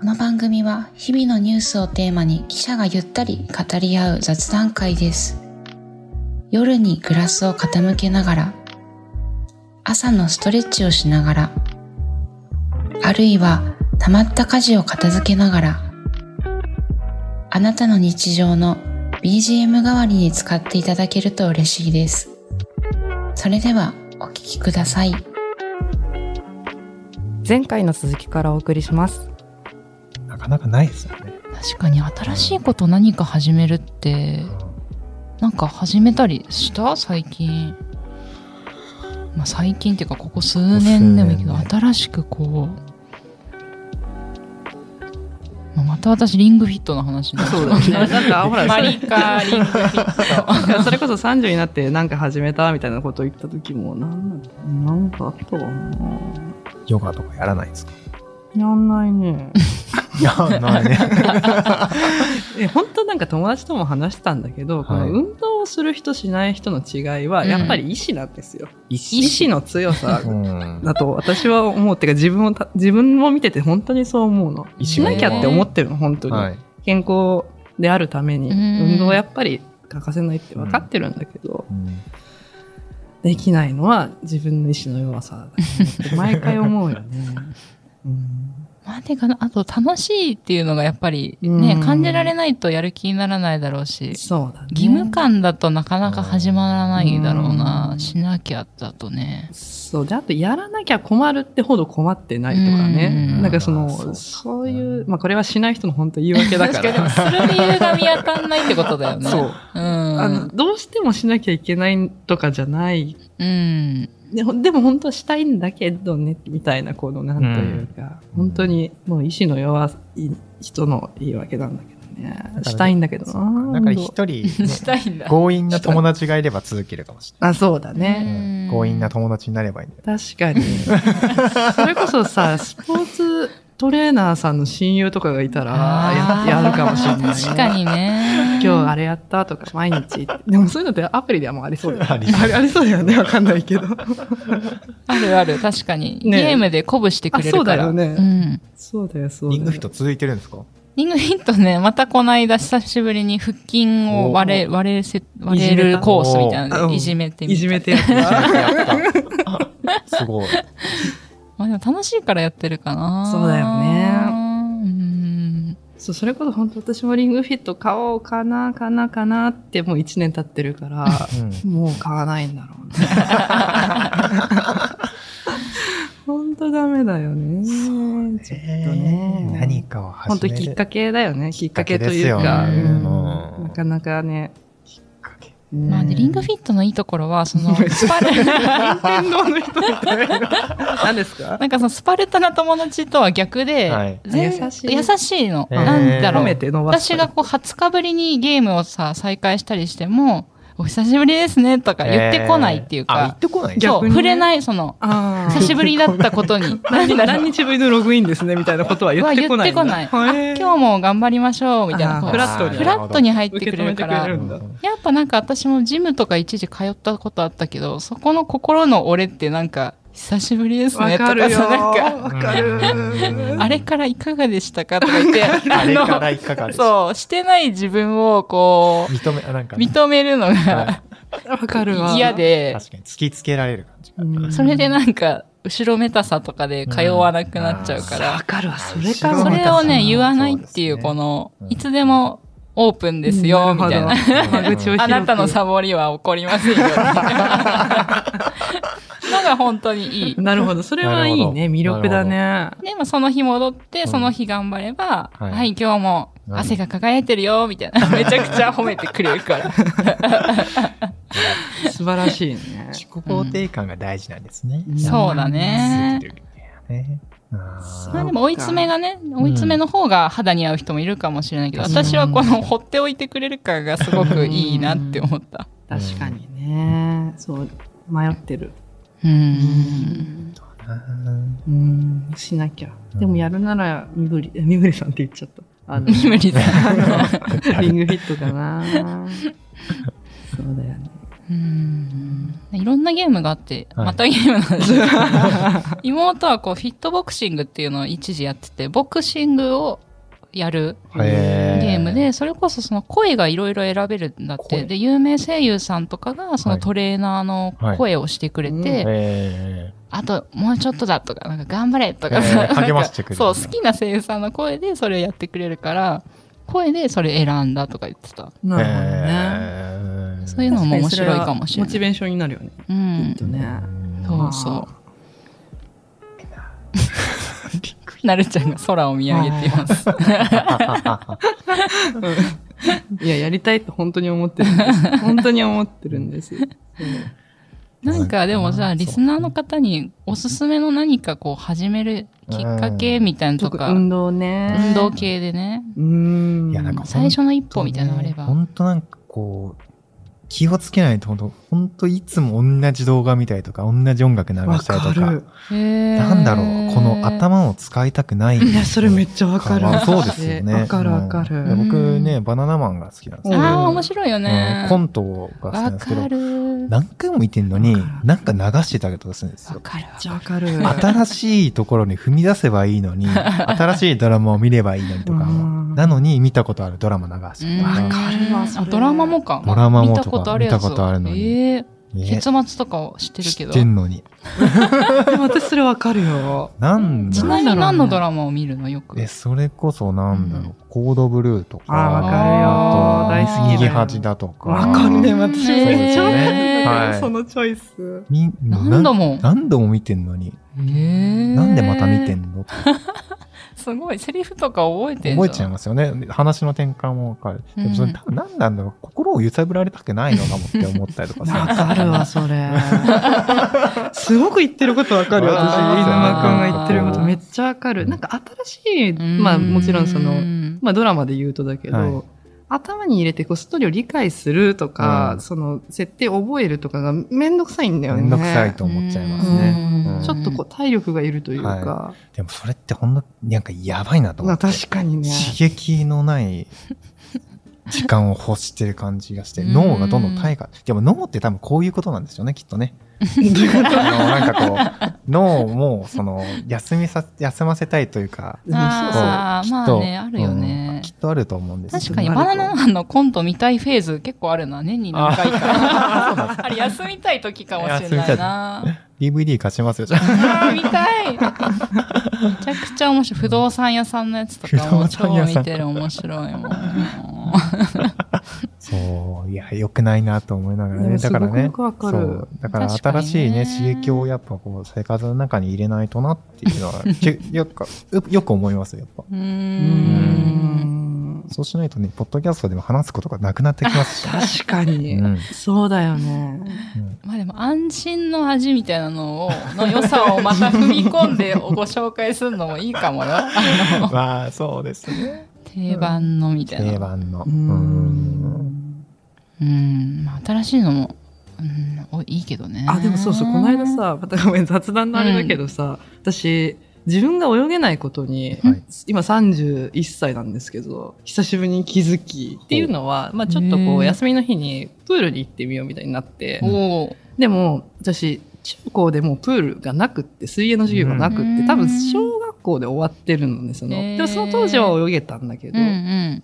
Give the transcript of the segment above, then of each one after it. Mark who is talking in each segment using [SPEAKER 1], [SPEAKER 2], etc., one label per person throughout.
[SPEAKER 1] この番組は日々のニュースをテーマに記者がゆったり語り合う雑談会です。夜にグラスを傾けながら、朝のストレッチをしながら、あるいは溜まった家事を片付けながら、あなたの日常の BGM 代わりに使っていただけると嬉しいです。それではお聞きください。
[SPEAKER 2] 前回の続きからお送りします
[SPEAKER 3] なかなかないですよね。
[SPEAKER 4] 確かに新しいこと何か始めるってなんか始めたりした最近まあ最近っていうかここ数年でもいいけど
[SPEAKER 3] ここ数年ね
[SPEAKER 4] 新しくこう、まあ、また私リングフィットの話になっちゃ
[SPEAKER 2] そうだねなんかほら
[SPEAKER 4] マ
[SPEAKER 2] そ
[SPEAKER 4] リ
[SPEAKER 2] れ
[SPEAKER 4] カリングフィット
[SPEAKER 2] なんかそれこ そ30になってなんか始めたみたいなことを言った時もなんなんかあったかな
[SPEAKER 3] ヨガとかやらないんですか
[SPEAKER 2] やんない ね
[SPEAKER 3] いや、ない ね。
[SPEAKER 2] え本当なんか友達とも話してたんだけど、こ
[SPEAKER 3] はい
[SPEAKER 2] の運動をする人しない人の違いは
[SPEAKER 4] うん
[SPEAKER 2] やっぱり意志なんですよ、
[SPEAKER 3] 意
[SPEAKER 2] 意志の強さ
[SPEAKER 3] うん。
[SPEAKER 2] だと私は思うっていうか自分をた自分を見てて本当にそう思うの
[SPEAKER 3] 意志
[SPEAKER 2] し
[SPEAKER 3] が
[SPEAKER 2] なきゃって思ってるの本当に、
[SPEAKER 3] はい。
[SPEAKER 2] 健康であるために
[SPEAKER 4] うん
[SPEAKER 2] 運動はやっぱり欠かせないって分かってるんだけど、
[SPEAKER 3] うん
[SPEAKER 2] できないのは自分の意志の弱さだなって毎回思うよね。うん
[SPEAKER 4] まあてかなあと楽しいっていうのがやっぱりね
[SPEAKER 2] うん
[SPEAKER 4] 感じられないとやる気にならないだろうし
[SPEAKER 2] そうだね。
[SPEAKER 4] 義務感だとなかなか始まらないだろう
[SPEAKER 2] う
[SPEAKER 4] なんしなきゃだとね
[SPEAKER 2] そう。で、あと、やらなきゃ困るってほど困ってないとか
[SPEAKER 4] う
[SPEAKER 2] ね。
[SPEAKER 4] ん
[SPEAKER 2] なんかそ
[SPEAKER 3] あーそう
[SPEAKER 2] の、
[SPEAKER 3] か
[SPEAKER 2] そういう、まあこれはしない人の本当言い訳だか
[SPEAKER 4] 確
[SPEAKER 2] ら。
[SPEAKER 4] かにでもそれ理由が見当たんないってことだよね。
[SPEAKER 2] そう。
[SPEAKER 4] う
[SPEAKER 2] あの、
[SPEAKER 4] ん。
[SPEAKER 2] どうしてもしなきゃいけないとかじゃない。
[SPEAKER 4] うん。
[SPEAKER 2] でほでも本当はしたいんだけどね、みたいな、この、なんというか、
[SPEAKER 3] うん
[SPEAKER 2] 本当にもう意志の弱い人の言い訳なんだけどね。
[SPEAKER 3] ら
[SPEAKER 2] したいんだけどな。
[SPEAKER 3] だから一人、ね、
[SPEAKER 4] したいんだ。
[SPEAKER 3] 強引な友達がいれば続けるかもし
[SPEAKER 2] あ、そうだね。
[SPEAKER 3] れない。
[SPEAKER 4] うん
[SPEAKER 3] うん強引な友達になればいいんだよ。
[SPEAKER 2] 確かに。 それこそさ、スポーツトレーナーさんの親友とかがいたら
[SPEAKER 4] あー
[SPEAKER 2] や、やるかもしれない、ね。
[SPEAKER 4] 確かにね。
[SPEAKER 2] 今日あれやったとか、毎 日。でもそういうのってアプリではもうありそうだよね。
[SPEAKER 3] ありそう
[SPEAKER 2] ありありそうだよね。わかんないけど。
[SPEAKER 4] あるある、確かに。
[SPEAKER 2] ね
[SPEAKER 4] ゲームで鼓舞してくれるから。
[SPEAKER 2] あそうだよね
[SPEAKER 4] うん。
[SPEAKER 2] そうだよ、そうだよ。
[SPEAKER 3] リングフィット続いてるんですか
[SPEAKER 4] リングヒットね、またこの間久しぶりに腹筋を割れ、割れせ、割れるコースみたいなのでい
[SPEAKER 2] い
[SPEAKER 4] じ
[SPEAKER 2] じ
[SPEAKER 4] めてみ
[SPEAKER 2] い
[SPEAKER 4] た
[SPEAKER 2] じめてやっ
[SPEAKER 3] や
[SPEAKER 2] た。
[SPEAKER 3] ったすごい。
[SPEAKER 4] まあでも楽しいからやってるかな。
[SPEAKER 2] そうだよね
[SPEAKER 4] うん。
[SPEAKER 2] そう、それこそ本当私もリングフィット買おうかな、かな、かなってもう1年経ってるから、
[SPEAKER 3] うん
[SPEAKER 2] もう買わないんだろう ね。本当ダメだよね。ちょっとね。
[SPEAKER 3] 何かを
[SPEAKER 2] 本
[SPEAKER 3] 始
[SPEAKER 2] 当
[SPEAKER 3] める。
[SPEAKER 2] きっかけだよね。きっかけと
[SPEAKER 3] です
[SPEAKER 2] いう
[SPEAKER 3] よね
[SPEAKER 2] か、うん
[SPEAKER 3] うん
[SPEAKER 2] なかなかね。
[SPEAKER 3] きっかけ。
[SPEAKER 4] まあで、リングフ
[SPEAKER 2] ィッ
[SPEAKER 4] ィットのいいところは、その、スパル、
[SPEAKER 2] トの人みたい な。何ですか
[SPEAKER 4] なんかそのスパルタな友達とは逆で、
[SPEAKER 3] はい
[SPEAKER 4] 全
[SPEAKER 2] 優しい
[SPEAKER 4] 優しいの。
[SPEAKER 3] へー
[SPEAKER 4] なんだろ
[SPEAKER 2] 褒
[SPEAKER 4] う
[SPEAKER 2] め。て伸ばす
[SPEAKER 4] 私がこう20日ぶりにゲームをさ、再開したりしても、お久しぶりですねとか言ってこないっていう
[SPEAKER 3] えーあ、言っ
[SPEAKER 4] か、
[SPEAKER 3] てこない
[SPEAKER 4] そう、
[SPEAKER 2] 逆にね
[SPEAKER 4] 触れない、その、
[SPEAKER 2] ああ
[SPEAKER 4] 久しぶりだったことに、
[SPEAKER 2] 何何日ぶりのログインですねみたいなことは言
[SPEAKER 4] は
[SPEAKER 2] って
[SPEAKER 4] 言
[SPEAKER 2] こ
[SPEAKER 4] っ
[SPEAKER 2] ない
[SPEAKER 4] て
[SPEAKER 2] んだ。
[SPEAKER 4] こない。
[SPEAKER 2] へ
[SPEAKER 4] あ、
[SPEAKER 2] ー
[SPEAKER 4] 今日も頑張りましょう、みたい
[SPEAKER 2] あ
[SPEAKER 4] な。
[SPEAKER 2] ー
[SPEAKER 4] こう
[SPEAKER 2] フラットに
[SPEAKER 4] フラットに入って
[SPEAKER 2] 受
[SPEAKER 4] く
[SPEAKER 2] け止
[SPEAKER 4] れ
[SPEAKER 2] め
[SPEAKER 4] る
[SPEAKER 2] て
[SPEAKER 4] か
[SPEAKER 2] くれ
[SPEAKER 4] ら
[SPEAKER 2] る。んだ。
[SPEAKER 4] やっぱなんか私もジムとか一時通ったことあったけど、そこの心の俺ってなんか、久しぶりです
[SPEAKER 2] わ
[SPEAKER 4] ねと
[SPEAKER 2] かる
[SPEAKER 4] か
[SPEAKER 2] よ。
[SPEAKER 4] さ、なんか、
[SPEAKER 2] わかる。
[SPEAKER 3] うん
[SPEAKER 4] あれからいかがでしたかとか言っ て、
[SPEAKER 3] あ
[SPEAKER 4] あ
[SPEAKER 3] れから
[SPEAKER 4] の、
[SPEAKER 3] いかがです
[SPEAKER 4] そう、してない自分をこ
[SPEAKER 3] 認め、あなん
[SPEAKER 4] う、
[SPEAKER 3] か、
[SPEAKER 4] 認めるのが
[SPEAKER 3] は
[SPEAKER 2] わかるわ。
[SPEAKER 4] 嫌で、
[SPEAKER 3] 確かに突きつけられる感じが。
[SPEAKER 2] うん。
[SPEAKER 4] それでなんか、後ろめたさとかで通わなくなっちゃうか
[SPEAKER 2] わ
[SPEAKER 4] ら、
[SPEAKER 2] かるわ。それ
[SPEAKER 3] れ
[SPEAKER 2] か
[SPEAKER 3] からら
[SPEAKER 4] それをね、言わないっていう、
[SPEAKER 3] そうですね
[SPEAKER 4] この
[SPEAKER 3] う、ん
[SPEAKER 4] いつでもオープンですよ、みたいな。
[SPEAKER 2] 間口を広く
[SPEAKER 4] あなたのサボりは起こりませんよ、みたい なのが本当にいい。
[SPEAKER 2] なるほど。それはいいね。
[SPEAKER 3] なるほど
[SPEAKER 2] 魅力だね。
[SPEAKER 4] で、まあ、その日戻って、
[SPEAKER 3] ん
[SPEAKER 4] その日頑張れば、
[SPEAKER 3] はい
[SPEAKER 4] はい、今日も
[SPEAKER 3] うん
[SPEAKER 4] 汗が輝いてるよ、みたいな。めちゃくちゃ褒めてくれるから。
[SPEAKER 2] 素晴らしいね。
[SPEAKER 3] 自己肯定感が大事なんですね。
[SPEAKER 2] うん
[SPEAKER 4] そうだね。まあでも追い詰めがね、追い詰めの方が肌に合う人もいるかもしれないけど、
[SPEAKER 2] うん
[SPEAKER 4] 私はこの放っておいてくれる感がすごくいいなって思った。
[SPEAKER 2] 確かにね。そう、迷ってる。
[SPEAKER 4] う。。
[SPEAKER 2] うんうん、しなきゃ。でもやるなら、みぶり、 えみぶりさんって言っちゃった。あ の、
[SPEAKER 4] 無理だ。
[SPEAKER 2] リングフィットかな。そうだよね。
[SPEAKER 4] うんいろんなゲームがあって、
[SPEAKER 3] はい
[SPEAKER 4] またゲームなんですけど妹はこうフィットボクシングっていうのを一時やってて、ボクシングをやる
[SPEAKER 3] へ
[SPEAKER 4] ゲームで、それこそその声がいろいろ選べるんだっ
[SPEAKER 3] 声
[SPEAKER 4] て、で、有名声優さんとかがその
[SPEAKER 3] はい
[SPEAKER 4] トレーナーの声をしてくれ
[SPEAKER 2] はい
[SPEAKER 4] て、
[SPEAKER 3] え
[SPEAKER 4] あともうちょっとだとか、なんか頑張れとか、
[SPEAKER 3] えー
[SPEAKER 4] なんか
[SPEAKER 3] 励ましてくれる
[SPEAKER 4] そう、好きな声優さんの声でそれをやってくれるから、声でそれ選んだとか言ってた。
[SPEAKER 3] ー
[SPEAKER 2] なるほどね。
[SPEAKER 3] えー
[SPEAKER 4] そういうのも面白いかもしれ
[SPEAKER 2] モ
[SPEAKER 4] な
[SPEAKER 2] チ
[SPEAKER 4] い。
[SPEAKER 2] ベーションになるよね。
[SPEAKER 4] う
[SPEAKER 2] き
[SPEAKER 4] ん
[SPEAKER 2] っ。とね。
[SPEAKER 4] そうそ
[SPEAKER 3] びっくり
[SPEAKER 4] う。なるちゃんが空を見上げています。
[SPEAKER 2] いや、やりたいって本当に思ってるんです。本当に思ってるんです。
[SPEAKER 4] なんかでもじゃ
[SPEAKER 3] う
[SPEAKER 4] あ
[SPEAKER 3] ん
[SPEAKER 4] リスナーの方におすすめの何かこう始めるきっかけみたいな
[SPEAKER 2] ちょ
[SPEAKER 4] と
[SPEAKER 2] っと
[SPEAKER 4] か、
[SPEAKER 2] 運動ね。
[SPEAKER 4] 運動。系でね、
[SPEAKER 2] うーん。
[SPEAKER 3] いやなんか
[SPEAKER 4] 最初の一歩みたいなのあれば。
[SPEAKER 3] 本当なんかこう、気をつけないと本当、本当いつも同じ動画見たりとか、同じ音楽流
[SPEAKER 2] わ
[SPEAKER 3] したり
[SPEAKER 2] か
[SPEAKER 3] とか
[SPEAKER 2] る。。
[SPEAKER 3] なん
[SPEAKER 4] ん
[SPEAKER 3] だろう、この頭を使いたくない。
[SPEAKER 2] いや、それめっちゃわかる。
[SPEAKER 3] まあそうですよね。
[SPEAKER 2] わかるわかる。
[SPEAKER 3] うん僕ね、バナナマンが好きなんです
[SPEAKER 2] う
[SPEAKER 3] よ
[SPEAKER 2] ん
[SPEAKER 4] ああ、面白いよね
[SPEAKER 3] うん。コントが好きな
[SPEAKER 4] わ
[SPEAKER 3] んですけ
[SPEAKER 4] か
[SPEAKER 3] ど、
[SPEAKER 4] る。
[SPEAKER 3] 何回も見てんのに
[SPEAKER 2] わか、る
[SPEAKER 3] なんか流してたりとかするんです
[SPEAKER 4] わ
[SPEAKER 3] よ。
[SPEAKER 4] かるわ
[SPEAKER 2] めっちゃわかる。
[SPEAKER 3] 新しいところに踏み出せばいい のに、新しいドラマを見ればいいのにと
[SPEAKER 2] う
[SPEAKER 3] か、
[SPEAKER 2] ん
[SPEAKER 3] なのに見たことあるドラマ流して
[SPEAKER 4] うん
[SPEAKER 3] と
[SPEAKER 2] わ
[SPEAKER 3] か、
[SPEAKER 2] かるわそ
[SPEAKER 4] あ
[SPEAKER 2] れ
[SPEAKER 4] ドラマもか。
[SPEAKER 3] ドラマもとか
[SPEAKER 4] 見たことあるやつ。
[SPEAKER 3] 見たことあるのに
[SPEAKER 4] ええ
[SPEAKER 3] ね
[SPEAKER 4] 結末とかを知ってる
[SPEAKER 3] 知
[SPEAKER 4] け
[SPEAKER 3] っ
[SPEAKER 4] ど。
[SPEAKER 3] てんのに。
[SPEAKER 2] でも私それわかるよ。
[SPEAKER 3] なんだ
[SPEAKER 4] ち
[SPEAKER 3] ろ
[SPEAKER 4] な
[SPEAKER 3] う
[SPEAKER 4] みに何のドラマを見るのよく。
[SPEAKER 3] え、それこそなんだろう、コードブルーとか、
[SPEAKER 2] あーわかるよ
[SPEAKER 3] あと
[SPEAKER 4] 大好きだよ
[SPEAKER 3] 右端だとか。
[SPEAKER 2] わかるね、私
[SPEAKER 4] うん
[SPEAKER 2] めっちゃわかる
[SPEAKER 4] ね
[SPEAKER 3] はい
[SPEAKER 2] そのチョイス。
[SPEAKER 3] みな
[SPEAKER 4] 何度も。
[SPEAKER 3] 何度も見てんのに、
[SPEAKER 4] ええ
[SPEAKER 3] なんでまた見てんの
[SPEAKER 4] すごい、セリフとか覚えてんじゃん
[SPEAKER 3] 覚えちゃいますよね。話の転換もわかる。でもそれ
[SPEAKER 4] うん
[SPEAKER 3] 多分何なんだろう。心を揺さぶられたくないのかもって思ったりとか
[SPEAKER 2] わかるわ、それ。すごく言ってることわかる、私。
[SPEAKER 3] わ
[SPEAKER 2] 飯
[SPEAKER 3] かる
[SPEAKER 2] 沼君が言ってることめっちゃわかる。なんか新しい、まあもちろんそうの、
[SPEAKER 4] ん
[SPEAKER 2] まあドラマで言うとだけど、
[SPEAKER 3] はい
[SPEAKER 2] 頭に入れてこうストーリーを理解するとか、
[SPEAKER 3] うん
[SPEAKER 2] その設定を覚えるとかがめんどくさいんだよ
[SPEAKER 3] め
[SPEAKER 2] ね。
[SPEAKER 3] んどくさいと思っちゃいますね。
[SPEAKER 4] う
[SPEAKER 3] うん
[SPEAKER 4] ん
[SPEAKER 2] ちょっとこう体力がいるというか、
[SPEAKER 3] でもそれってほんの、なんかやばいなと思
[SPEAKER 2] まあ
[SPEAKER 3] って。
[SPEAKER 2] 確かにね。
[SPEAKER 3] 刺激の ない時間を欲してる感じがして、
[SPEAKER 4] うん
[SPEAKER 3] 脳がどんどん退化。でも脳って多分こういうことなんですよね、きっと ね。あの、なんかこう、脳も、その、休みさ、休ませたいというか、
[SPEAKER 2] でもそうそう
[SPEAKER 4] あー
[SPEAKER 3] きっ
[SPEAKER 4] ま
[SPEAKER 3] と
[SPEAKER 4] あねあるよね
[SPEAKER 3] うんきっとあると思うんですよ
[SPEAKER 4] 確かにバナナマンのコント見たいフェーズ結構あるな。年に何回 か。あれ休みたい時かもしれないな。
[SPEAKER 3] DVD 貸しますよ、じゃあ。
[SPEAKER 4] あー見たいめちゃくちゃ面白い。不動産屋さんのやつとかも
[SPEAKER 3] 不動産
[SPEAKER 4] 超
[SPEAKER 3] 屋さん
[SPEAKER 4] 見てる面白いもん。
[SPEAKER 3] そう、いや、良くないなと思いながら
[SPEAKER 2] で
[SPEAKER 3] ね。
[SPEAKER 2] も
[SPEAKER 3] だからね。
[SPEAKER 2] すごくわかる
[SPEAKER 3] そう。だから
[SPEAKER 4] 確かに
[SPEAKER 3] 新
[SPEAKER 4] ね
[SPEAKER 3] しいね、刺激をやっぱこう、生活の中に入れないとなっていう のは、けよく、よよく思いますよ、やっぱ。
[SPEAKER 4] うー。
[SPEAKER 2] うんん
[SPEAKER 3] そうしないとね、ポッドキャストでも話すことがなくなってきますし。
[SPEAKER 2] 確かに、
[SPEAKER 3] うん
[SPEAKER 2] そうだよね。
[SPEAKER 3] うん
[SPEAKER 4] まあでも安心の味みたいなのを、の良さをまた踏み込んでご紹介するのもいいかもよ。あの
[SPEAKER 3] まあ、そうですね。
[SPEAKER 4] 定番のみたいな。
[SPEAKER 3] 定番の。
[SPEAKER 2] う
[SPEAKER 3] うん
[SPEAKER 2] ん
[SPEAKER 4] うん、まあ、新しいのも、うん、おいいけどね。
[SPEAKER 2] あ、でもそうそう、この間、さ、またごめん、雑談のあれだけどさ、私、自分が泳げないことに、
[SPEAKER 3] はい
[SPEAKER 2] 今31歳なんですけど、久しぶりに気づき、っていうのは、まあちょっと
[SPEAKER 4] へ
[SPEAKER 2] こ
[SPEAKER 4] ー
[SPEAKER 2] う、休みの日にプールに行ってみようみたいになって、
[SPEAKER 4] おー
[SPEAKER 2] でも、私、中高でもうプールがなくって、水泳の授業がなくって、
[SPEAKER 4] うん
[SPEAKER 2] 多分小学校で終わってるんですよ。
[SPEAKER 4] へー
[SPEAKER 2] でもその当時は泳げたんだけ
[SPEAKER 4] う
[SPEAKER 2] ど、
[SPEAKER 4] んうん。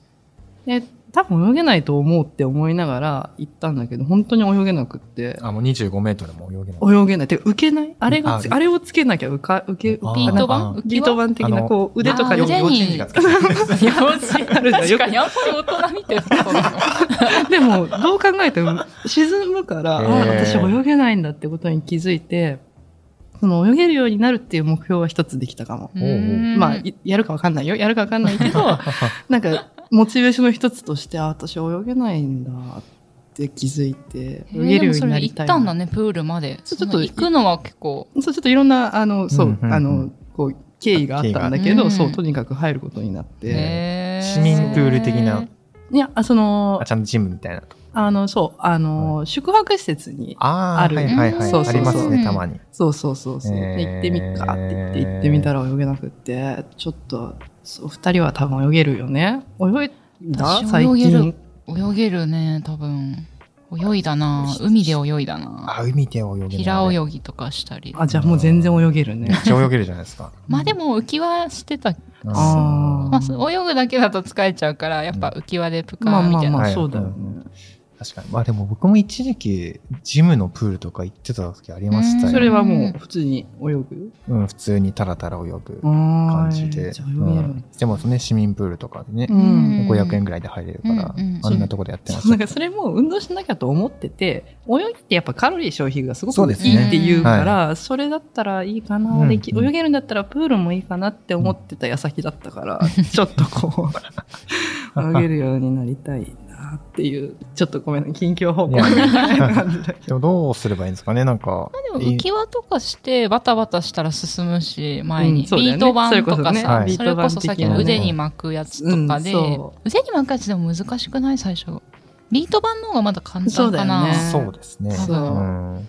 [SPEAKER 2] で多分泳げないと思うって思いながら行ったんだけど、本当に泳げなくって、
[SPEAKER 3] あ、もう25メートルも泳げない。
[SPEAKER 2] 泳げない。てか浮けないあれがつ、
[SPEAKER 3] あ
[SPEAKER 2] あれをつけなきゃ浮か、浮け、
[SPEAKER 3] あ
[SPEAKER 2] 浮
[SPEAKER 3] ー
[SPEAKER 2] け
[SPEAKER 4] ビート板
[SPEAKER 3] あー
[SPEAKER 4] 浮
[SPEAKER 2] ビ
[SPEAKER 4] き
[SPEAKER 2] ート
[SPEAKER 4] 輪
[SPEAKER 2] 板的
[SPEAKER 3] あ
[SPEAKER 2] な、
[SPEAKER 3] の
[SPEAKER 2] こう、腕とか
[SPEAKER 4] あー
[SPEAKER 2] よ
[SPEAKER 3] よ
[SPEAKER 2] く
[SPEAKER 4] 腕に
[SPEAKER 3] 幼稚園児が使ってる
[SPEAKER 4] 幼稚
[SPEAKER 2] あるじゃん。
[SPEAKER 4] 確
[SPEAKER 2] よ
[SPEAKER 4] かに、あんまり大人見てることだな
[SPEAKER 2] く でも、どう考えても、沈むから、あー
[SPEAKER 3] へ
[SPEAKER 2] 私
[SPEAKER 3] ー
[SPEAKER 2] 泳げないんだってことに気づいて、その泳げるようになるっていう目標は一つできたかも。
[SPEAKER 4] う
[SPEAKER 3] おうおうん
[SPEAKER 2] まあ、いやるかわかんないよ。やるかわかんないけ ど、なんか、モチベーションの一つとして、あー、私泳げないんだって気づいて、
[SPEAKER 4] へー
[SPEAKER 2] 泳げるようになりたい
[SPEAKER 4] でもそれ行ったん
[SPEAKER 2] な
[SPEAKER 4] だね、プールまで。
[SPEAKER 2] ちょ
[SPEAKER 4] その
[SPEAKER 2] ちょっと
[SPEAKER 4] 行くのは結構、
[SPEAKER 2] そう、ちょっといろんな、あの、そうう、
[SPEAKER 3] んうんうん
[SPEAKER 2] あの、こう、経緯があったんだけ
[SPEAKER 4] 経緯が
[SPEAKER 2] ど、
[SPEAKER 4] うん
[SPEAKER 2] そう、とにかく入ることになって。
[SPEAKER 4] へ
[SPEAKER 3] 市民プール的な。
[SPEAKER 2] いや、あその
[SPEAKER 3] あ、ち、ゃんとジムみたいなとこ。
[SPEAKER 2] あの、そう、あの、宿泊施設に、
[SPEAKER 3] ああ、
[SPEAKER 2] ある
[SPEAKER 3] はいはいはい。
[SPEAKER 2] そうそうそう
[SPEAKER 3] ありますね、たまに。
[SPEAKER 2] そうそうそうそう、で
[SPEAKER 3] へー
[SPEAKER 2] 行ってみっかって言って行ってみたら泳げなくって、ちょっと、そう、二人は多分泳げるよね。泳いだ
[SPEAKER 4] 私
[SPEAKER 2] 最
[SPEAKER 4] 泳げる
[SPEAKER 2] 近。
[SPEAKER 4] 泳げるね、多分。泳いだな海で泳いだな
[SPEAKER 3] あ、海で泳げる。
[SPEAKER 4] 平
[SPEAKER 3] ぎ。
[SPEAKER 4] 泳ぎとかしたり
[SPEAKER 2] あ、じゃあもう全然泳げる
[SPEAKER 3] め
[SPEAKER 2] ね
[SPEAKER 3] っ。ちゃ泳げるじゃないですか。
[SPEAKER 4] まあでも浮き輪してた、
[SPEAKER 3] うん
[SPEAKER 2] あ
[SPEAKER 4] まあ、そう泳ぐだけだと疲れちゃうからやっぱ浮き輪でプカ
[SPEAKER 2] まあ
[SPEAKER 4] ーみ
[SPEAKER 2] まあ
[SPEAKER 4] たいな、
[SPEAKER 2] ま
[SPEAKER 3] は
[SPEAKER 2] あ、
[SPEAKER 3] い
[SPEAKER 2] そうだよね。
[SPEAKER 3] 確かに。まあでも僕も一時期、ジムのプールとか行ってた時ありました
[SPEAKER 4] うん
[SPEAKER 3] よ。
[SPEAKER 2] それはもう普通に泳ぐ
[SPEAKER 3] うん、普通にタラタラ泳ぐ
[SPEAKER 2] 感
[SPEAKER 3] 感じで。
[SPEAKER 2] じゃあ泳
[SPEAKER 3] う
[SPEAKER 2] げる
[SPEAKER 3] んでもね、市民プールとかでね
[SPEAKER 2] う、ん。
[SPEAKER 3] 500円ぐらいで入れるから
[SPEAKER 4] うんうん、
[SPEAKER 3] あんなとこでやって
[SPEAKER 2] そ
[SPEAKER 3] ま
[SPEAKER 2] う
[SPEAKER 3] し
[SPEAKER 2] なん
[SPEAKER 3] た。
[SPEAKER 2] かそれも運動しなきゃと思ってて泳ぎってやっぱカロリー消費がすご
[SPEAKER 3] そう
[SPEAKER 2] くい
[SPEAKER 3] です
[SPEAKER 4] ね
[SPEAKER 2] いっていうからそれだったらいいかな、
[SPEAKER 3] うん
[SPEAKER 2] でき泳げるんだったらプールもいいかなって思ってた矢先だったから、ちょっとこう泳げるようになりたいなっていうちょっとごめんね近況報告みたいな感 じだけ
[SPEAKER 3] でもどうすればいいんですかねなんか
[SPEAKER 4] まあでも浮き輪とかしてバタバタしたら進むし前に、
[SPEAKER 2] うんそうだよ
[SPEAKER 4] ビ
[SPEAKER 2] ね
[SPEAKER 4] ート板とか
[SPEAKER 2] それこそね
[SPEAKER 4] さそれ,、
[SPEAKER 3] はい
[SPEAKER 4] こそさっき
[SPEAKER 3] ビート板的な
[SPEAKER 4] の
[SPEAKER 3] ね
[SPEAKER 4] 腕に巻くやつとかで、
[SPEAKER 2] うんそ
[SPEAKER 4] 腕に巻くやつでも難しくない最初ビート板の方がまだ簡単かな
[SPEAKER 2] そうだよね
[SPEAKER 3] そうですね。
[SPEAKER 4] そう
[SPEAKER 2] そうん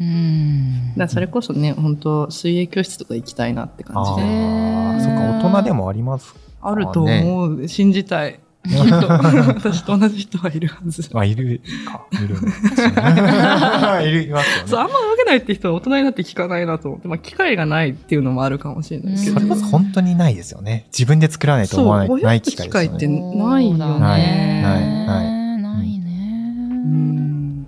[SPEAKER 4] うん
[SPEAKER 2] だからそれこそね本当水泳教室とか行きたいなって感じ
[SPEAKER 3] あ
[SPEAKER 2] で
[SPEAKER 3] あ、そっか、大人でもあります。
[SPEAKER 2] あると思う、信じた い私と同じ人はいるはず
[SPEAKER 3] あ、いるか。いるんですねいる、います
[SPEAKER 2] そう、
[SPEAKER 3] よ
[SPEAKER 2] あ
[SPEAKER 3] ね。
[SPEAKER 2] んま動けないって人は大人になって聞かないなと思って、まあ、機会がないっていうのもあるかもしれないですけ
[SPEAKER 3] そ
[SPEAKER 2] ど
[SPEAKER 3] れ。こそ本当にないですよね。自分で作らないと思わない
[SPEAKER 2] そう
[SPEAKER 3] ない機会ですよ
[SPEAKER 2] って
[SPEAKER 3] ね。
[SPEAKER 2] ないよね
[SPEAKER 4] そうだね
[SPEAKER 3] ない
[SPEAKER 4] ない
[SPEAKER 3] い
[SPEAKER 4] ないね
[SPEAKER 2] うん。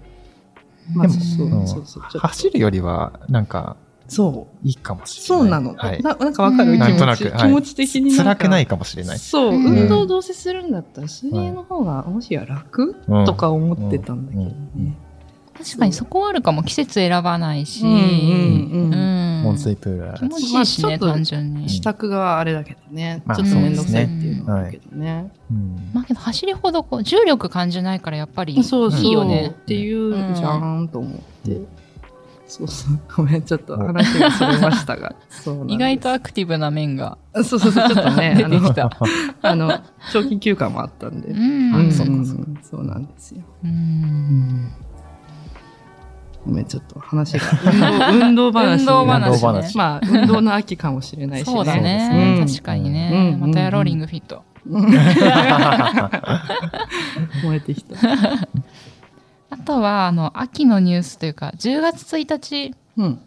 [SPEAKER 2] ま
[SPEAKER 3] で
[SPEAKER 2] あ、
[SPEAKER 3] も
[SPEAKER 2] そう
[SPEAKER 3] うん
[SPEAKER 2] そうそう。ちょっと
[SPEAKER 3] 走るよりは、なんか、
[SPEAKER 2] そう。
[SPEAKER 3] いいかもしれない。
[SPEAKER 2] そうなの。
[SPEAKER 3] はい。
[SPEAKER 2] ななんかわかる、
[SPEAKER 4] うん
[SPEAKER 2] 気
[SPEAKER 3] な
[SPEAKER 2] 持
[SPEAKER 3] んとな
[SPEAKER 2] ち。
[SPEAKER 3] く
[SPEAKER 2] 気持ち的に
[SPEAKER 3] 辛くない
[SPEAKER 2] い。
[SPEAKER 3] かもしれない。
[SPEAKER 2] そう、
[SPEAKER 4] うん
[SPEAKER 2] 運動どうせするんだったら、水泳の方がもしや楽、
[SPEAKER 3] うん
[SPEAKER 2] とか思ってたんだけどね。
[SPEAKER 4] 確かにそこはあるかも季節選ばないし、
[SPEAKER 2] うんうんうん
[SPEAKER 4] うん
[SPEAKER 3] 温水プールは
[SPEAKER 4] 気持ちいいしね、
[SPEAKER 2] まあちょっと
[SPEAKER 4] 単純に
[SPEAKER 2] 支度があれだけどね、
[SPEAKER 3] まあ
[SPEAKER 2] ちょっと面倒くさいっ
[SPEAKER 4] そうです
[SPEAKER 2] てい
[SPEAKER 4] ね
[SPEAKER 2] うのはあるけどね。
[SPEAKER 3] うん
[SPEAKER 4] まあけど走りほどこう重力感じないからやっぱり
[SPEAKER 2] そうそう
[SPEAKER 4] いいよね
[SPEAKER 2] っていうじゃーんと思って、そうそうごめんちょっと話がそれました がそうなんです
[SPEAKER 4] 意外とアクティブな面が
[SPEAKER 2] あそうそうそうちょっと ね
[SPEAKER 4] 出てきた。
[SPEAKER 2] あのあの長期休暇もあったんで、
[SPEAKER 4] う
[SPEAKER 2] うん
[SPEAKER 4] ん
[SPEAKER 2] そうそうなんですよ
[SPEAKER 4] うん
[SPEAKER 2] ごめんちょっと話 が運動運動話
[SPEAKER 4] 運動話
[SPEAKER 3] ね
[SPEAKER 2] まあ運動の秋かもしれないし、ね、
[SPEAKER 4] そうだね、
[SPEAKER 2] うん
[SPEAKER 4] 確かに
[SPEAKER 2] う
[SPEAKER 4] ね、
[SPEAKER 2] ん
[SPEAKER 4] またやろうリングフィット、
[SPEAKER 2] 燃えてきた、
[SPEAKER 4] あとはあの秋のニュースというか10月1日
[SPEAKER 2] うん、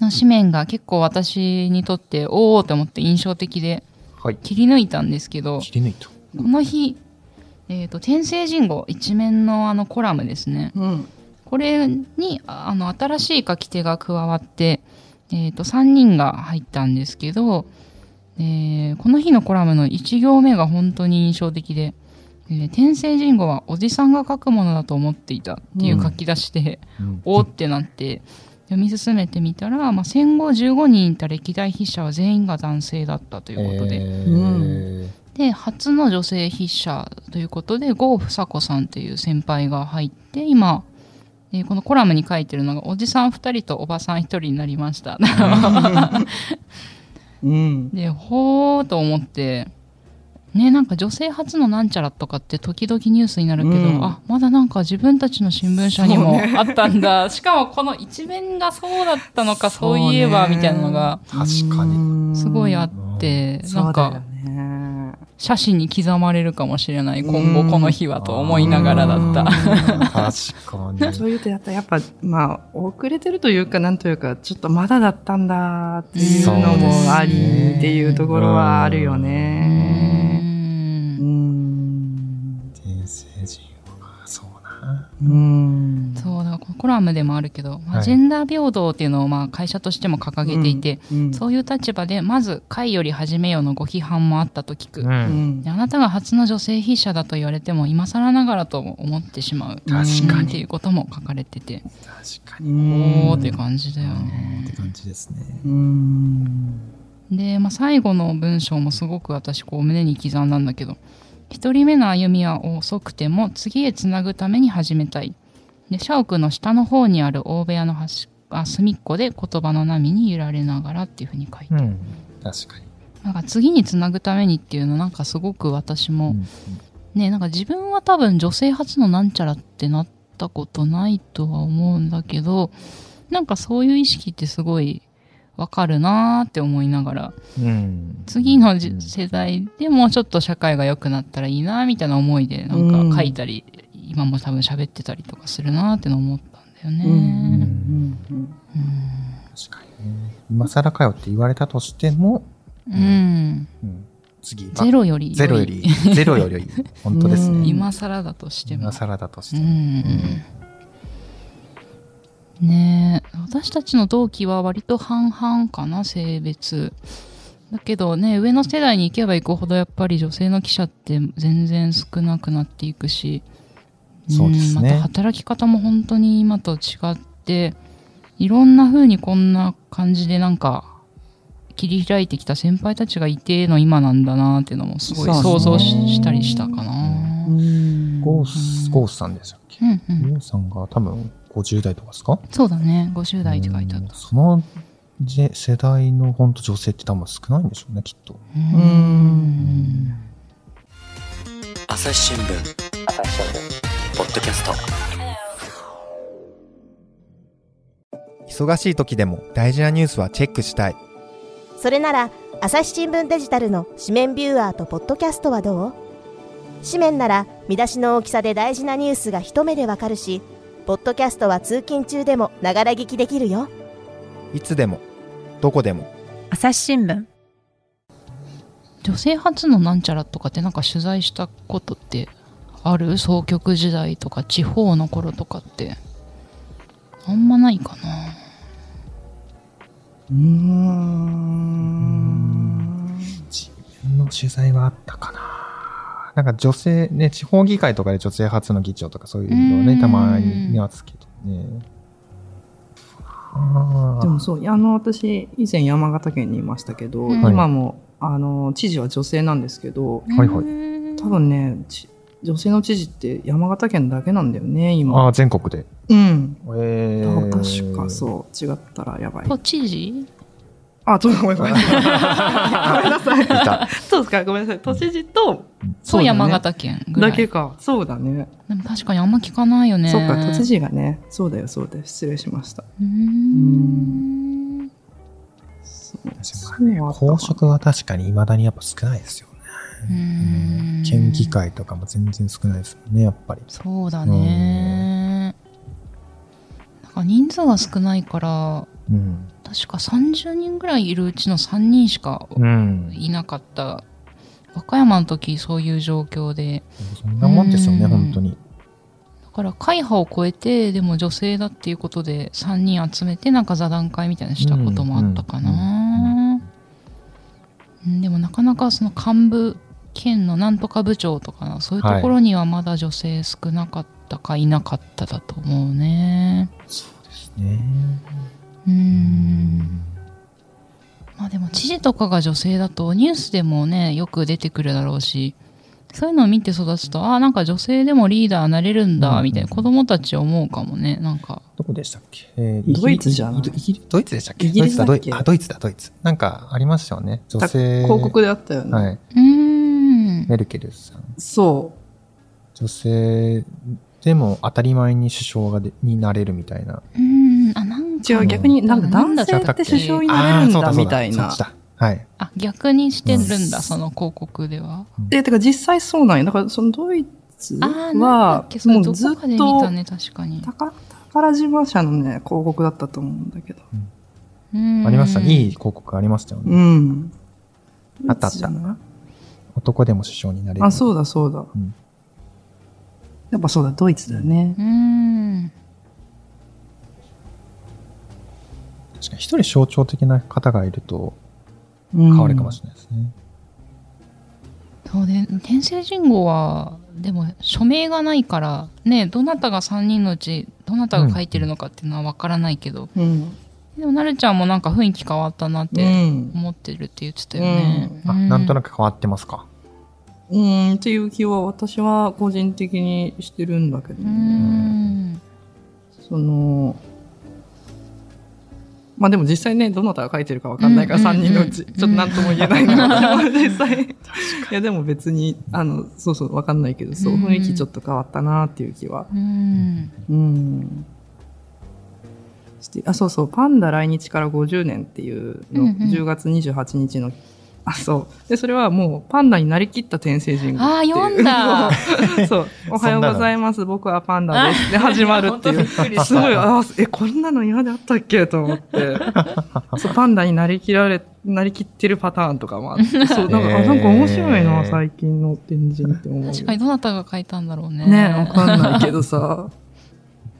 [SPEAKER 4] の紙面が結構私にとっておおと思って印象的で
[SPEAKER 3] はい。
[SPEAKER 4] 切り抜いたんですけど
[SPEAKER 3] 切り抜いた。
[SPEAKER 4] この日、えー、と天聖人語一面のあのコラムですね
[SPEAKER 2] うん
[SPEAKER 4] これにああの新しい書き手が加わって、えー、と3人が入ったんですけど、えーこの日のコラムの1行目が本当に印象的で「えー天聖人語はおじさんが書くものだと思っていた」っていう書き出しで、
[SPEAKER 3] うん
[SPEAKER 4] おーってなって読み進めてみたら、まあ、戦後15人いた歴代筆者は全員が男性だったということで。
[SPEAKER 3] え
[SPEAKER 2] う
[SPEAKER 3] ー
[SPEAKER 4] で初の女性筆者ということで郷房子さんという先輩が入って今、えーこのコラムに書いてるのがおじさん2人とおばさん1人になりました
[SPEAKER 2] うん
[SPEAKER 4] でほーと思ってねなんか女性初のなんちゃらとかって時々ニュースになるけど、
[SPEAKER 2] うん
[SPEAKER 4] あまだなんか自分たちの新聞社に
[SPEAKER 2] そう
[SPEAKER 4] も
[SPEAKER 2] ね
[SPEAKER 4] あったんだ、 しかもこの一面がそうだったのかそういえ
[SPEAKER 2] そ
[SPEAKER 4] ば
[SPEAKER 2] うね
[SPEAKER 4] みたいなのが
[SPEAKER 3] 確かに
[SPEAKER 2] うん
[SPEAKER 4] すごいあって、なん
[SPEAKER 2] そうだよ
[SPEAKER 4] か
[SPEAKER 2] ね
[SPEAKER 4] 写真に刻まれるかもしれない今
[SPEAKER 2] う
[SPEAKER 4] 後
[SPEAKER 2] ん
[SPEAKER 4] この日はと思いながらだった。
[SPEAKER 3] 確かに。
[SPEAKER 2] そういうとやったらやっぱまあ遅れてるというかなんというかちょっとまだだったんだっていうのもあり
[SPEAKER 4] そうですね
[SPEAKER 2] っていうところはあるよね。う
[SPEAKER 4] うん
[SPEAKER 2] ん
[SPEAKER 3] 天聖人はそうな。
[SPEAKER 2] うん
[SPEAKER 4] そうだからこのコラムでもあるけど、まあ
[SPEAKER 3] はい。
[SPEAKER 4] ジェンダー平等っていうのをまあ会社としても掲げていて、
[SPEAKER 2] うん
[SPEAKER 4] そういう立場でまず会より始めよのご批判もあったと聞く、
[SPEAKER 2] うんん
[SPEAKER 4] であなたが初の女性筆者だと言われても今更ながらとも思ってしまう
[SPEAKER 3] 確
[SPEAKER 2] かに
[SPEAKER 4] っていうことも書かれてて、
[SPEAKER 3] 確か
[SPEAKER 2] う
[SPEAKER 3] に。
[SPEAKER 2] ん
[SPEAKER 4] おーって感じだよね。
[SPEAKER 3] って感じですね。
[SPEAKER 2] うん
[SPEAKER 4] で、まあ、最後の文章もすごく私こう胸に刻んだんだけど一人目の歩みは遅くても次へつなぐために始めたいで社屋の下の方にある大部屋の端あ隅っこで言葉の波に揺られながらっていうふうに書いて、
[SPEAKER 3] うん。確かに。
[SPEAKER 4] なんか次につなぐためにっていうのなんかすごく私
[SPEAKER 3] う
[SPEAKER 4] も、
[SPEAKER 3] ん
[SPEAKER 4] ねなんか自分は多分女性初のなんちゃらってなったことないとは思うんだけどなんかそういう意識ってすごいわかるなーって思いながら
[SPEAKER 3] うん
[SPEAKER 4] 次のじ世代でもうちょっと社会が良くなったらいいなみたいな思いでなんか書いたり今も多分喋ってたりとかするなっての思ったんだよね。
[SPEAKER 2] うん
[SPEAKER 3] うん
[SPEAKER 2] うん
[SPEAKER 4] うん
[SPEAKER 3] 確かにね。今更かよって言われたとしても、
[SPEAKER 4] うん
[SPEAKER 3] うん、次は
[SPEAKER 4] ゼロより
[SPEAKER 3] ゼロより、ゼロより、本当で
[SPEAKER 2] う
[SPEAKER 3] す
[SPEAKER 2] ん
[SPEAKER 3] ね。
[SPEAKER 4] 今更だとしても
[SPEAKER 3] 今更だとし
[SPEAKER 4] う
[SPEAKER 3] ても。
[SPEAKER 4] んねえ私たちの同期は割と半々かな性別だけどね上の世代に行けば行くほどやっぱり女性の記者って全然少なくなっていくし
[SPEAKER 3] そうですね
[SPEAKER 4] んまた働き方も本当に今と違っていろんな風にこんな感じでなんか切り開いてきた先輩たちがいての今なんだなっていうのもすごい想像し,、
[SPEAKER 3] そうですね
[SPEAKER 4] たりしたかな。うん
[SPEAKER 2] うん
[SPEAKER 3] ゴース、ゴースさんでしたっけ
[SPEAKER 4] うん
[SPEAKER 3] ゴースさんが多分50代とかですか
[SPEAKER 4] そうだね50代って書いてあっ
[SPEAKER 3] う
[SPEAKER 4] た
[SPEAKER 3] んその世世代の本当女性って多分少ないんでしょうね、きっと。
[SPEAKER 4] うん
[SPEAKER 2] うん
[SPEAKER 5] 朝日新聞ポッドキャスト
[SPEAKER 6] 忙しい時でも大事なニュースはチェックしたい
[SPEAKER 7] それなら朝日新聞デジタルの紙面ビューアーとポッドキャストはどう紙面なら見出しの大きさで大事なニュースが一目でわかるしポッドキャストは通勤中でもながら聞きできるよ
[SPEAKER 6] いつでもどこでも
[SPEAKER 8] 朝日新聞
[SPEAKER 4] 女性初のなんちゃらとかってなんか取材したことってある総局時代とか地方の頃とかってあんまないかな
[SPEAKER 2] うーん
[SPEAKER 3] 自分の取材はあったかな。なんか女性、ね、地方議会とかで女性初の議長とかそういうのを
[SPEAKER 4] う
[SPEAKER 3] ね、
[SPEAKER 4] ん
[SPEAKER 3] たまに見ますけどね。あ
[SPEAKER 2] で
[SPEAKER 3] ー
[SPEAKER 2] もそうあの私以前山形県にいましたけど、
[SPEAKER 4] うん
[SPEAKER 2] 今もあの知事は女性なんですけど
[SPEAKER 3] はいはい
[SPEAKER 2] 多分ねち女性の知事って山形県だけなんだよね今
[SPEAKER 3] あー、全国で。
[SPEAKER 2] うん
[SPEAKER 3] え
[SPEAKER 2] た
[SPEAKER 3] ー、
[SPEAKER 2] 確かそう違ったらやばい
[SPEAKER 4] 都知事
[SPEAKER 2] あそうごめんごめんごめんなさい
[SPEAKER 3] いた。
[SPEAKER 2] そうですかごめんなさい都知事と
[SPEAKER 4] と、
[SPEAKER 2] そうだね
[SPEAKER 4] 山形県ぐらい
[SPEAKER 2] だけかそうだね
[SPEAKER 4] でも確かにあんま聞かないよね
[SPEAKER 2] そうか都知事がねそうだよそうだよ失礼しました
[SPEAKER 4] うーん
[SPEAKER 2] そう
[SPEAKER 3] 確公職は確かに未だにやっぱ少ないですよね。
[SPEAKER 4] うーん
[SPEAKER 3] 県議会とかも全然少ないですもんね、やっぱり。
[SPEAKER 4] そうだねなんか人数が少ないから
[SPEAKER 3] うん。
[SPEAKER 4] 確か30人ぐらいいるうちの3人しか
[SPEAKER 3] うん。
[SPEAKER 4] いなかった和歌山の時そういう状況で
[SPEAKER 3] そんなもんですよね、
[SPEAKER 4] うん
[SPEAKER 3] 本当に。
[SPEAKER 4] だから会派を超えてでも女性だっていうことで3人集めてなんか座談会みたいなのしたこともあったかな、うんでもなかなかその幹部県のなんとか部長とかなそういうところにはまだ女性少なかったかいなかっただと思うね
[SPEAKER 3] ね。
[SPEAKER 4] うん
[SPEAKER 3] うん
[SPEAKER 4] まあでも知事とかが女性だとニュースでもねよく出てくるだろうしそういうのを見て育つとああなんか女性でもリーダーなれるんだ
[SPEAKER 3] うん
[SPEAKER 4] みたいな子供たち思うかもねなんか
[SPEAKER 3] どこでしたっけ、え
[SPEAKER 2] ドイツじゃない
[SPEAKER 3] イギリイギリドイツでしたっけ
[SPEAKER 2] イギリスだっけ
[SPEAKER 3] ドイツだドイあ、ドイツだ、ドイツ。なんかありましたよね。女性。
[SPEAKER 2] 広告であったよね、
[SPEAKER 3] はい。
[SPEAKER 4] うーん
[SPEAKER 3] メルケルさん。
[SPEAKER 2] そ
[SPEAKER 3] 女性でも当たり前に首相がでになれるみたいな。
[SPEAKER 4] うーんあなん
[SPEAKER 2] う違
[SPEAKER 4] か
[SPEAKER 2] う逆になんか
[SPEAKER 4] なんだ
[SPEAKER 2] 男性って首相にな
[SPEAKER 3] あ
[SPEAKER 2] れ
[SPEAKER 3] あ
[SPEAKER 2] る
[SPEAKER 3] ー、
[SPEAKER 2] ん
[SPEAKER 3] そう
[SPEAKER 2] だ
[SPEAKER 3] だ、そ
[SPEAKER 2] み
[SPEAKER 3] うだ。
[SPEAKER 2] たいな
[SPEAKER 3] そうだはい。
[SPEAKER 4] あ逆にしてるんだ、
[SPEAKER 3] うん
[SPEAKER 4] その広告では
[SPEAKER 2] で、てか実際そうなんや。だからそのドイツ
[SPEAKER 4] あーなんだ
[SPEAKER 2] は
[SPEAKER 4] っけ、そ
[SPEAKER 2] も
[SPEAKER 4] れ
[SPEAKER 2] う
[SPEAKER 4] ど
[SPEAKER 2] ず
[SPEAKER 4] こ
[SPEAKER 2] っ
[SPEAKER 4] かで見
[SPEAKER 2] と
[SPEAKER 4] た、ね確かに
[SPEAKER 2] たか宝島社のね、広告だったと思うんだけど。
[SPEAKER 4] うーん
[SPEAKER 3] ありました。いい広告ありましたよね。
[SPEAKER 2] うん。
[SPEAKER 3] あった
[SPEAKER 2] ドイ
[SPEAKER 3] あった
[SPEAKER 2] ツじゃない
[SPEAKER 3] 男でも首相になれる。
[SPEAKER 2] あ、そうだそうだ。
[SPEAKER 3] ん
[SPEAKER 2] やっぱそうだ、ドイツだよね。
[SPEAKER 4] うーん
[SPEAKER 3] 確かに一人象徴的な方がいると
[SPEAKER 2] 変
[SPEAKER 3] 変わるかもしれないですね。
[SPEAKER 4] そうで天聖人号はでも署名がないからねどなたが3人のうちどなたが書いてるのかっていうのは分からないけど、
[SPEAKER 2] れない。うん。
[SPEAKER 4] でもなるちゃんもなんか雰囲気変わったなっ
[SPEAKER 2] う
[SPEAKER 4] て
[SPEAKER 2] ん。
[SPEAKER 4] 思ってるって言ってたよね、
[SPEAKER 3] あ、なんと
[SPEAKER 4] な
[SPEAKER 3] なく変わってますか。
[SPEAKER 2] うん、っていう気は私は個人的にしてるんだけど
[SPEAKER 4] うー
[SPEAKER 2] ね。
[SPEAKER 4] ん
[SPEAKER 2] その、まあでも実際ね、どなたが書いてるかわかんないから、
[SPEAKER 4] うんう
[SPEAKER 2] 3
[SPEAKER 4] んうん
[SPEAKER 2] 人のうち、ちょっと何とも言えないな、私も 実際。いやでも別に、あの、そうそう、わかんないけど、そう、
[SPEAKER 4] うんうん
[SPEAKER 2] 雰囲気ちょっと変わったなっていう気は。
[SPEAKER 4] うーん
[SPEAKER 2] うん。して、あ、そうそう、パンダ来日から50年っていうの、
[SPEAKER 4] うんうん
[SPEAKER 2] 10月28日のあ、そう。で、それはもうパンダになりきった天聖人
[SPEAKER 4] あー読ん だ
[SPEAKER 2] そう。おはようございます。僕はパンダです。で、始まるっていう
[SPEAKER 4] 本当び。っくり
[SPEAKER 2] す
[SPEAKER 4] し
[SPEAKER 2] ごい、あーえ、こんなの今まであったっけと思 って。そう、パンダになりきられ、なりきってるパターンとかもあって。そう、なんか、あ
[SPEAKER 3] へー
[SPEAKER 2] なんか面白いな、最近の展示って思う
[SPEAKER 4] た。
[SPEAKER 2] よ。
[SPEAKER 4] 確かにどなたが書いたんだろうね。
[SPEAKER 2] ねえ、わかんないけど さ。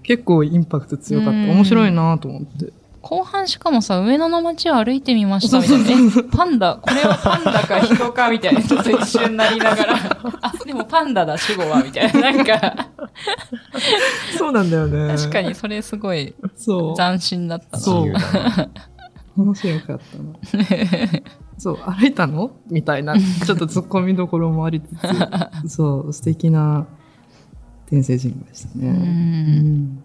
[SPEAKER 2] 結構インパクト強かった。
[SPEAKER 4] うん
[SPEAKER 2] 面白いなと思って。
[SPEAKER 4] 後半しかもさ、上野の街を歩いてみましたみたいな。え、パンダ、これはパンダか人かみたい な、ちょっと一瞬なりながら、 あ、でもパンダだ、主語は、みたい な。なんか、
[SPEAKER 2] そうなんだよね
[SPEAKER 4] 確かにそれすごい
[SPEAKER 2] そう。
[SPEAKER 4] 斬新だったな。
[SPEAKER 2] そう
[SPEAKER 3] 自由だ な
[SPEAKER 2] 面白かった な。そう、歩いたのみたい な、ちょっと突っ込みどころもありつつ、そう、素敵な天聖人でした
[SPEAKER 4] う
[SPEAKER 2] ね。
[SPEAKER 4] ん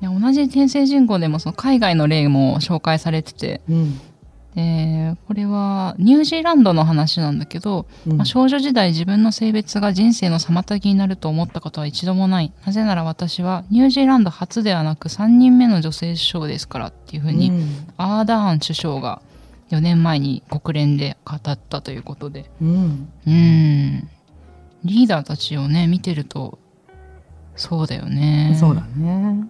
[SPEAKER 4] いや同じ天聖人口でもその海外の例も紹介されてて、
[SPEAKER 2] うん。
[SPEAKER 4] でこれはニュージーランドの話なんだけど、
[SPEAKER 2] うん
[SPEAKER 4] まあ、少女時代自分の性別が人生の妨げになると思ったことは一度もないなぜなら私はニュージーランド初ではなく3人目の女性首相ですからっていうふうに、アーダーン首相が4年前に国連で語ったということで
[SPEAKER 2] うん。
[SPEAKER 4] うんリーダーたちをね見てるとそうだよね
[SPEAKER 2] そうだね。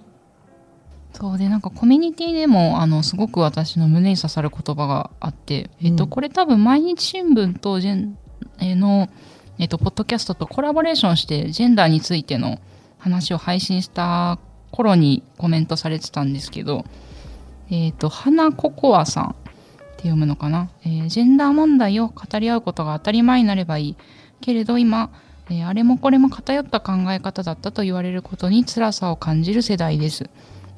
[SPEAKER 4] そうでなんかコミュニティでもあのすごく私の胸に刺さる言葉があって、えっ
[SPEAKER 2] う
[SPEAKER 4] と、
[SPEAKER 2] ん
[SPEAKER 4] これ多分毎日新聞とジェン、えーの、えっと、ポッドキャストとコラボレーションしてジェンダーについての話を配信した頃にコメントされてたんですけど、えっと花ココアさんって読むのかな、えージェンダー問題を語り合うことが当たり前になればいいけれど今、えーあれもこれも偏った考え方だったと言われることに辛さを感じる世代です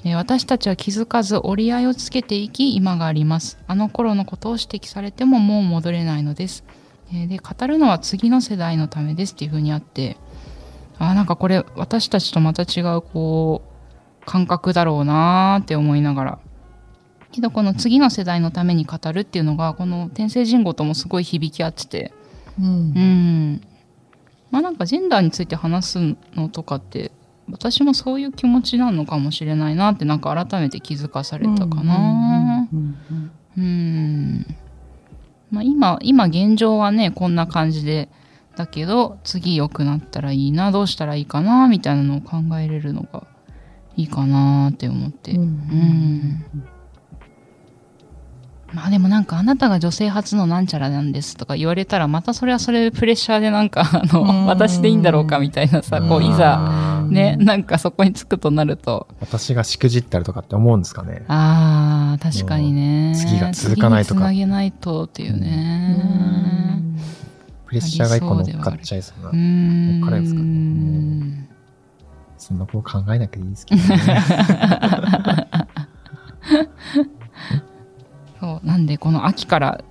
[SPEAKER 4] えー私たちは気づかず折り合いをつけていき今がありますあの頃のことを指摘されてももう戻れないのです、えーで語るのは次の世代のためですっていうふうにあってあーなんかこれ私たちとまた違うこう感覚だろうなーって思いながらけどこの次の世代のために語るっていうのがこの天聖人語ともすごい響き合ってて
[SPEAKER 2] うん
[SPEAKER 4] う。んまあなんかジェンダーについて話すのとかって私もそういう気持ちなのかもしれないなってなんか改めて気づかされたかな
[SPEAKER 2] うん。うんうん
[SPEAKER 4] うんまあ今今現状はねこんな感じでだけど次良くなったらいいなどうしたらいいかなみたいなのを考えれるのがいいかなって思って
[SPEAKER 2] うん
[SPEAKER 4] うんまあでもなんかあなたが女性初のなんちゃらなんですとか言われたらまたそれはそれでプレッシャーでなんかあ
[SPEAKER 2] うん
[SPEAKER 4] の私でいいんだろうかみたいなさこういざ
[SPEAKER 3] うん
[SPEAKER 4] ねなんかそこにつくとなると
[SPEAKER 3] 私がしくじったりとかって思うんですかね。
[SPEAKER 4] ああ確かにね
[SPEAKER 3] 次が続かないとか
[SPEAKER 4] 次につなげないとっていうね
[SPEAKER 3] プレッシャーが一個乗っかっちゃいそうな。
[SPEAKER 4] うん
[SPEAKER 3] こっからですかねうんそんなこと考えなくていいですけどね。
[SPEAKER 4] そうなんでこの秋から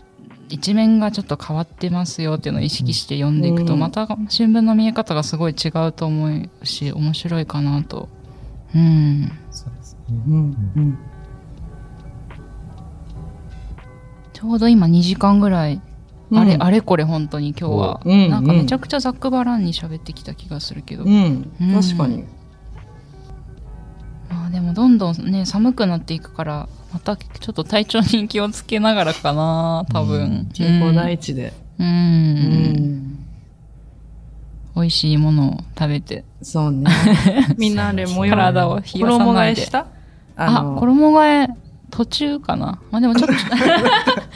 [SPEAKER 4] 一面がちょっと変わってますよっていうのを意識して読んでいくと、
[SPEAKER 2] うん
[SPEAKER 4] また新聞の見え方がすごい違うと思うし面白いかなとうん
[SPEAKER 3] そうです
[SPEAKER 2] う
[SPEAKER 3] ね
[SPEAKER 2] んうん。
[SPEAKER 4] ちょうど今2時間ぐらい、あれ
[SPEAKER 2] うん
[SPEAKER 4] あれこれ本当に今日は、
[SPEAKER 2] うん
[SPEAKER 4] なんかめちゃくちゃざっくばらんに喋ってきた気がするけど、
[SPEAKER 2] うん
[SPEAKER 4] うん。
[SPEAKER 2] 確かに。
[SPEAKER 4] まあでもどんどんね寒くなっていくからまたちょっと体調に気をつけながらかな多分
[SPEAKER 2] 健康第一で。
[SPEAKER 4] うん、
[SPEAKER 2] う
[SPEAKER 4] うん、
[SPEAKER 2] ん。
[SPEAKER 4] 美味しいものを食べて
[SPEAKER 2] そう ね。みんなあれ、模様
[SPEAKER 4] 体を冷やさ
[SPEAKER 2] 衣替
[SPEAKER 4] ない
[SPEAKER 2] え
[SPEAKER 4] で
[SPEAKER 2] した
[SPEAKER 4] あ
[SPEAKER 2] の
[SPEAKER 4] 衣替え途中かなまあでもちょっ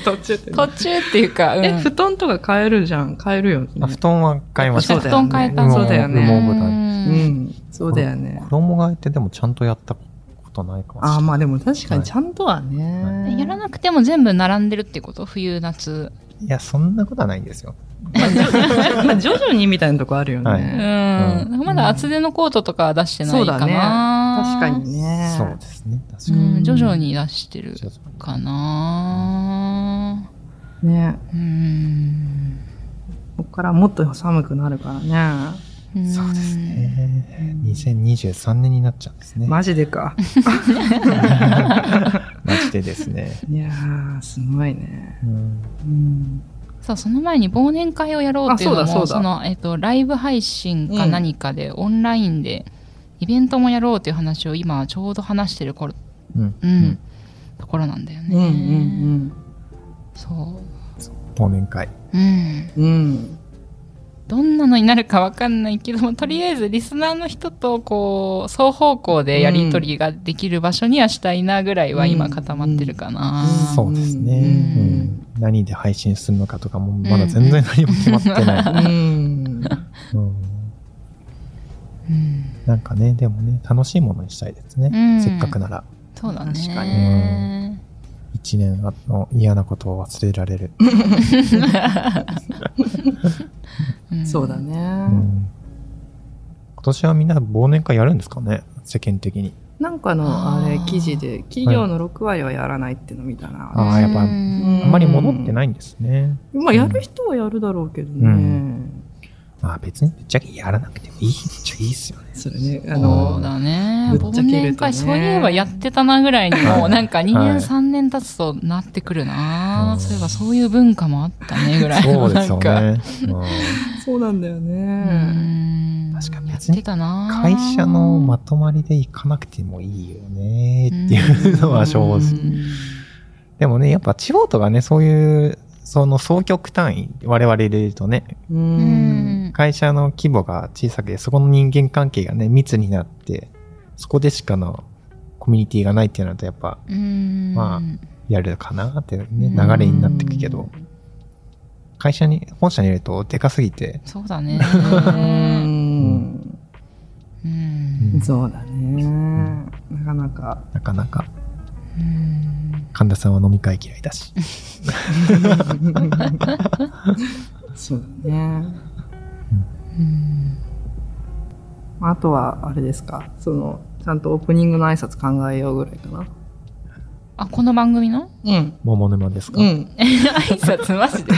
[SPEAKER 2] 途中で
[SPEAKER 4] と 途中っていうか、うん、
[SPEAKER 2] え、布団とか変えるじゃん。変えるよね。
[SPEAKER 3] あ布団は買いました。
[SPEAKER 2] そうだよね
[SPEAKER 4] 布団変えた
[SPEAKER 3] 羽毛
[SPEAKER 2] そうだよね
[SPEAKER 3] 羽毛布団
[SPEAKER 2] う
[SPEAKER 4] うん
[SPEAKER 2] ん。そうだよね。
[SPEAKER 3] 衣替えってでもちゃんとやったことないかもしれ
[SPEAKER 2] あ
[SPEAKER 3] な
[SPEAKER 2] あ、
[SPEAKER 3] い。
[SPEAKER 2] まあでも確かに
[SPEAKER 3] はい
[SPEAKER 2] ちゃんとはね。
[SPEAKER 4] やらなくても全部並んでるってこと冬夏
[SPEAKER 3] いや、そんなことはないんですよ。
[SPEAKER 2] まあ徐々にみたいなとこあるよ
[SPEAKER 4] う
[SPEAKER 3] は
[SPEAKER 2] ね。
[SPEAKER 4] ん、
[SPEAKER 3] う
[SPEAKER 4] まだ厚手のコートとかは出してないかな、
[SPEAKER 2] そうだね確か
[SPEAKER 4] ね
[SPEAKER 2] にね。
[SPEAKER 3] そうですね。確か
[SPEAKER 4] う
[SPEAKER 3] に。
[SPEAKER 4] ん、徐々に出してる
[SPEAKER 3] 徐々に
[SPEAKER 4] かな
[SPEAKER 2] ね。
[SPEAKER 4] うん
[SPEAKER 2] ここからもっと寒くなるからね。
[SPEAKER 3] そうですね。2023年になっちゃうんですね。
[SPEAKER 2] マジでか。
[SPEAKER 3] マジでですね。
[SPEAKER 2] いやー、すごいね。
[SPEAKER 3] うん
[SPEAKER 2] うん。
[SPEAKER 4] そうその前に忘年会をやろうっていうの
[SPEAKER 2] あ
[SPEAKER 4] も
[SPEAKER 2] そうだそうだ
[SPEAKER 4] の、えっとライブ配信か何かで、オンラインでイベントもやろうっていう話を今ちょうど話してる頃、
[SPEAKER 3] うん
[SPEAKER 4] うんところなんだよ
[SPEAKER 2] う
[SPEAKER 4] ね、
[SPEAKER 2] んうん
[SPEAKER 4] そう
[SPEAKER 3] 忘年会。
[SPEAKER 4] うん。
[SPEAKER 2] うん。
[SPEAKER 4] どんなのになるかわかんないけども、とりあえずリスナーの人と、こう、双方向でやりとりができる場所にはしたいなぐらいは今固まってるかな。
[SPEAKER 2] うん
[SPEAKER 3] そうですね、う
[SPEAKER 4] う
[SPEAKER 3] んん何で配信するのかとかもまだ全然何も決まってない。
[SPEAKER 2] うん。
[SPEAKER 3] うん
[SPEAKER 4] うん
[SPEAKER 3] なんかね、でもね、楽しいものにしたいですね。
[SPEAKER 4] うん
[SPEAKER 3] せっかくなら。
[SPEAKER 4] そうだね。
[SPEAKER 2] 確か
[SPEAKER 3] に一年あの嫌なことを忘れられる。
[SPEAKER 4] うん
[SPEAKER 2] そうだ。ね。
[SPEAKER 3] うん今年はみんな忘年会やるんですかね世間的に。
[SPEAKER 2] なんかの、
[SPEAKER 4] あー
[SPEAKER 2] あれ、記事で、企業の6割はやらないっていうの見たな。
[SPEAKER 3] あーやっぱ
[SPEAKER 4] うん
[SPEAKER 3] あんまり戻ってないんですね。
[SPEAKER 2] まあ、やる人はやるだろうけどね。
[SPEAKER 3] うまあ別にぶっちゃけやらなくてもいいっちゃいいっすよね。
[SPEAKER 2] それね、あ
[SPEAKER 4] そ
[SPEAKER 2] の
[SPEAKER 4] う、だね。
[SPEAKER 2] ぶっちゃけ
[SPEAKER 4] 忘
[SPEAKER 2] るとね
[SPEAKER 4] 年会、そういえばやってたなぐらいにも
[SPEAKER 3] は
[SPEAKER 4] う、
[SPEAKER 3] い
[SPEAKER 4] なんか2
[SPEAKER 3] は
[SPEAKER 4] 年、
[SPEAKER 3] い
[SPEAKER 4] 3年経つとなってくるな
[SPEAKER 3] う。ん
[SPEAKER 4] そういえばそういう文化もあったねぐらい
[SPEAKER 3] そ
[SPEAKER 4] の。
[SPEAKER 3] うですよ
[SPEAKER 4] なんか。
[SPEAKER 3] ね。
[SPEAKER 2] そうなんだよ
[SPEAKER 4] う
[SPEAKER 2] ね。
[SPEAKER 4] ん。
[SPEAKER 3] 確かに
[SPEAKER 4] やっ
[SPEAKER 3] 別に
[SPEAKER 4] てた
[SPEAKER 3] うん
[SPEAKER 4] な。
[SPEAKER 3] 会社のまとまりで行かなくてもいいよねっていうのは正
[SPEAKER 4] う
[SPEAKER 3] 直。
[SPEAKER 4] ん
[SPEAKER 3] でもね、やっぱ地方とかね、そういう、その総局単位、我々で言うとね、
[SPEAKER 2] う。
[SPEAKER 4] うんん。
[SPEAKER 3] 会社の規模が小さくて、そこの人間関係がね、密になって、そこでしかのコミュニティがないっていうのと、やっぱ
[SPEAKER 4] うん
[SPEAKER 3] まやるかなっていうね、
[SPEAKER 4] うん
[SPEAKER 3] 流れになってくけど、会社に、本社にいるとでかすぎて、
[SPEAKER 4] そうだね。
[SPEAKER 2] うん
[SPEAKER 4] うん。
[SPEAKER 2] そうだね。なかなか。
[SPEAKER 3] なかなか
[SPEAKER 4] うん
[SPEAKER 3] 神田さんは飲み会嫌いだし。
[SPEAKER 2] そうだね。
[SPEAKER 4] うん
[SPEAKER 2] あとは、あれですか、その、ちゃんとオープニングの挨拶考えようぐらいかな。
[SPEAKER 4] あ、この番組の
[SPEAKER 2] うん。
[SPEAKER 3] 桃沼ですか、
[SPEAKER 2] うん。
[SPEAKER 4] 挨拶マジで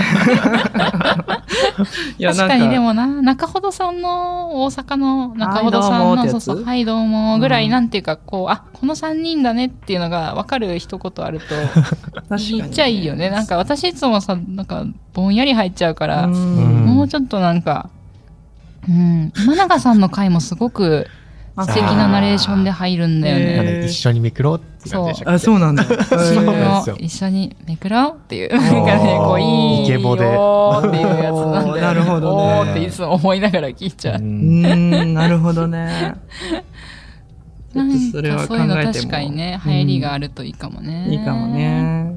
[SPEAKER 2] いや、
[SPEAKER 4] 確
[SPEAKER 2] なん
[SPEAKER 4] かにで
[SPEAKER 2] か、
[SPEAKER 4] もな、中ほどさんの、大阪の中ほどさん
[SPEAKER 2] は
[SPEAKER 4] の、
[SPEAKER 2] いどうもって
[SPEAKER 4] そ
[SPEAKER 2] や
[SPEAKER 4] う
[SPEAKER 2] つ
[SPEAKER 4] そう、はいどうもぐら
[SPEAKER 2] う
[SPEAKER 4] い、
[SPEAKER 2] ん
[SPEAKER 4] なんていうか、こう、あ、この3人だねっていうのが分かる一言 あると、
[SPEAKER 2] 確かに。
[SPEAKER 4] 言っちゃいいよね。なんか私いつもさ、なんかぼんやり入っちゃうから、
[SPEAKER 2] うん
[SPEAKER 4] もうちょっとなんか、うん、今永さんの回もすごく
[SPEAKER 2] あ
[SPEAKER 4] 素敵なナレーションで入るんだよ
[SPEAKER 2] へ
[SPEAKER 3] なん
[SPEAKER 4] ね。
[SPEAKER 2] ー
[SPEAKER 3] で一緒にめくろうって感じでしたっけ
[SPEAKER 2] あ、そうなんだ。
[SPEAKER 4] そ
[SPEAKER 3] そう
[SPEAKER 4] れ
[SPEAKER 3] なん
[SPEAKER 4] を
[SPEAKER 3] ですよ
[SPEAKER 4] 一緒にめくろうっていう、なんかね、こう、いい
[SPEAKER 3] イケボで
[SPEAKER 4] よーっていうやつなんだよ、
[SPEAKER 2] おーなるほどね
[SPEAKER 4] おーっていつも思いながら聞いちゃう
[SPEAKER 3] う。
[SPEAKER 2] うんーん、なるほどね。ち
[SPEAKER 4] な
[SPEAKER 2] ょ
[SPEAKER 4] ん
[SPEAKER 2] っ
[SPEAKER 4] か
[SPEAKER 2] とそれは考
[SPEAKER 4] そういうの
[SPEAKER 2] えて
[SPEAKER 4] 確
[SPEAKER 2] も
[SPEAKER 4] かにね、流行りがあるといいかもね。
[SPEAKER 2] いいかも。ね。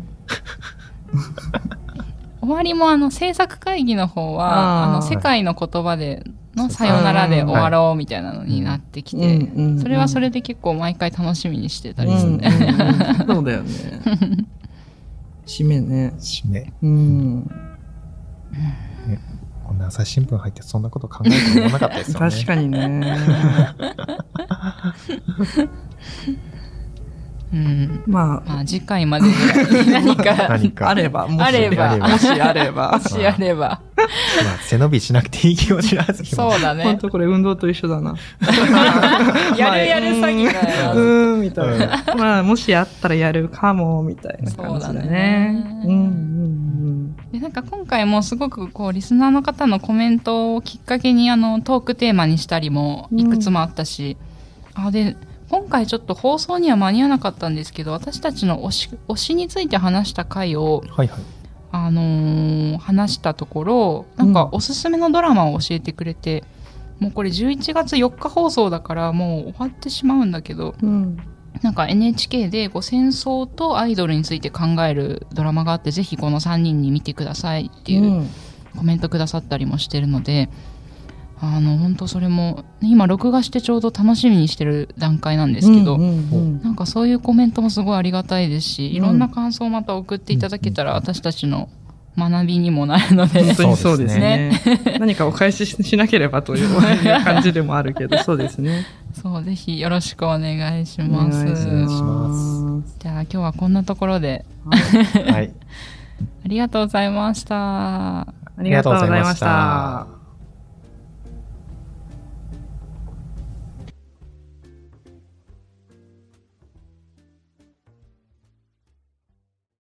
[SPEAKER 4] 終わりもあの制作会議の方は、
[SPEAKER 2] あ
[SPEAKER 4] あ
[SPEAKER 2] ー
[SPEAKER 4] の世界の言葉でのさよならで終わろうみたいなのになってきて、それはそれで結構毎回楽しみにしてた
[SPEAKER 2] うん
[SPEAKER 4] りするね。
[SPEAKER 2] うんそうだよね。締めね。
[SPEAKER 3] 締め。
[SPEAKER 2] うん。
[SPEAKER 3] こんな朝日新聞入ってそんなこと考えても思わなかったですよね。
[SPEAKER 2] 確かにね。
[SPEAKER 4] うん。
[SPEAKER 2] まあ、
[SPEAKER 4] まあ次回 までぐらいに何か、
[SPEAKER 3] 何か。
[SPEAKER 2] あれば、もし
[SPEAKER 4] あれば
[SPEAKER 2] もしあれば
[SPEAKER 4] も。しあれば。
[SPEAKER 3] まあ、背伸びしなくていい気持ちなんですけど。
[SPEAKER 4] そうだ
[SPEAKER 2] 本
[SPEAKER 4] ね。
[SPEAKER 2] 当これ運動と一緒だな。
[SPEAKER 4] やるやる詐欺だ
[SPEAKER 2] う
[SPEAKER 4] よ。
[SPEAKER 2] ーん、みたいな。 まあ、もしあったらやるかも、みたいな感じだね。
[SPEAKER 4] そうだね
[SPEAKER 2] うん、うん、
[SPEAKER 4] でなんか今回もすごくこうリスナーの方のコメントをきっかけにあのトークテーマにしたりもいくつもあったし、あで今回ちょっと放送には間に合わなかったんですけど私たちの推し推しについて話した回を、
[SPEAKER 3] はいはい。
[SPEAKER 4] あのー話したところなんかおすすめのドラマを教えてくれて、もうこれ11月4日放送だからもう終わってしまうんだけど
[SPEAKER 2] うん。うん。
[SPEAKER 4] なんか NHK でこう戦争とアイドルについて考えるドラマがあってぜひこの3人に見てくださいっていう。
[SPEAKER 2] うん
[SPEAKER 4] コメントくださったりもしてるのであの本当それもね今録画してちょうど楽しみにしてる段階なんですけど、
[SPEAKER 2] うんうん
[SPEAKER 4] なんかそういうコメントもすごいありがたいですし、
[SPEAKER 2] ん
[SPEAKER 4] いろんな感想をまた送っていただけたら私たちの学びにもなるので、
[SPEAKER 2] 本当にそうですね。 何かお返ししなければという感じでもあるけど、そうです ね。
[SPEAKER 4] そうぜひよろしくお願いし
[SPEAKER 2] お
[SPEAKER 4] ます
[SPEAKER 3] 願いしま
[SPEAKER 4] じゃあ今日はこんなところで
[SPEAKER 3] はい。
[SPEAKER 4] ありがとうございました
[SPEAKER 2] ありがとうございました。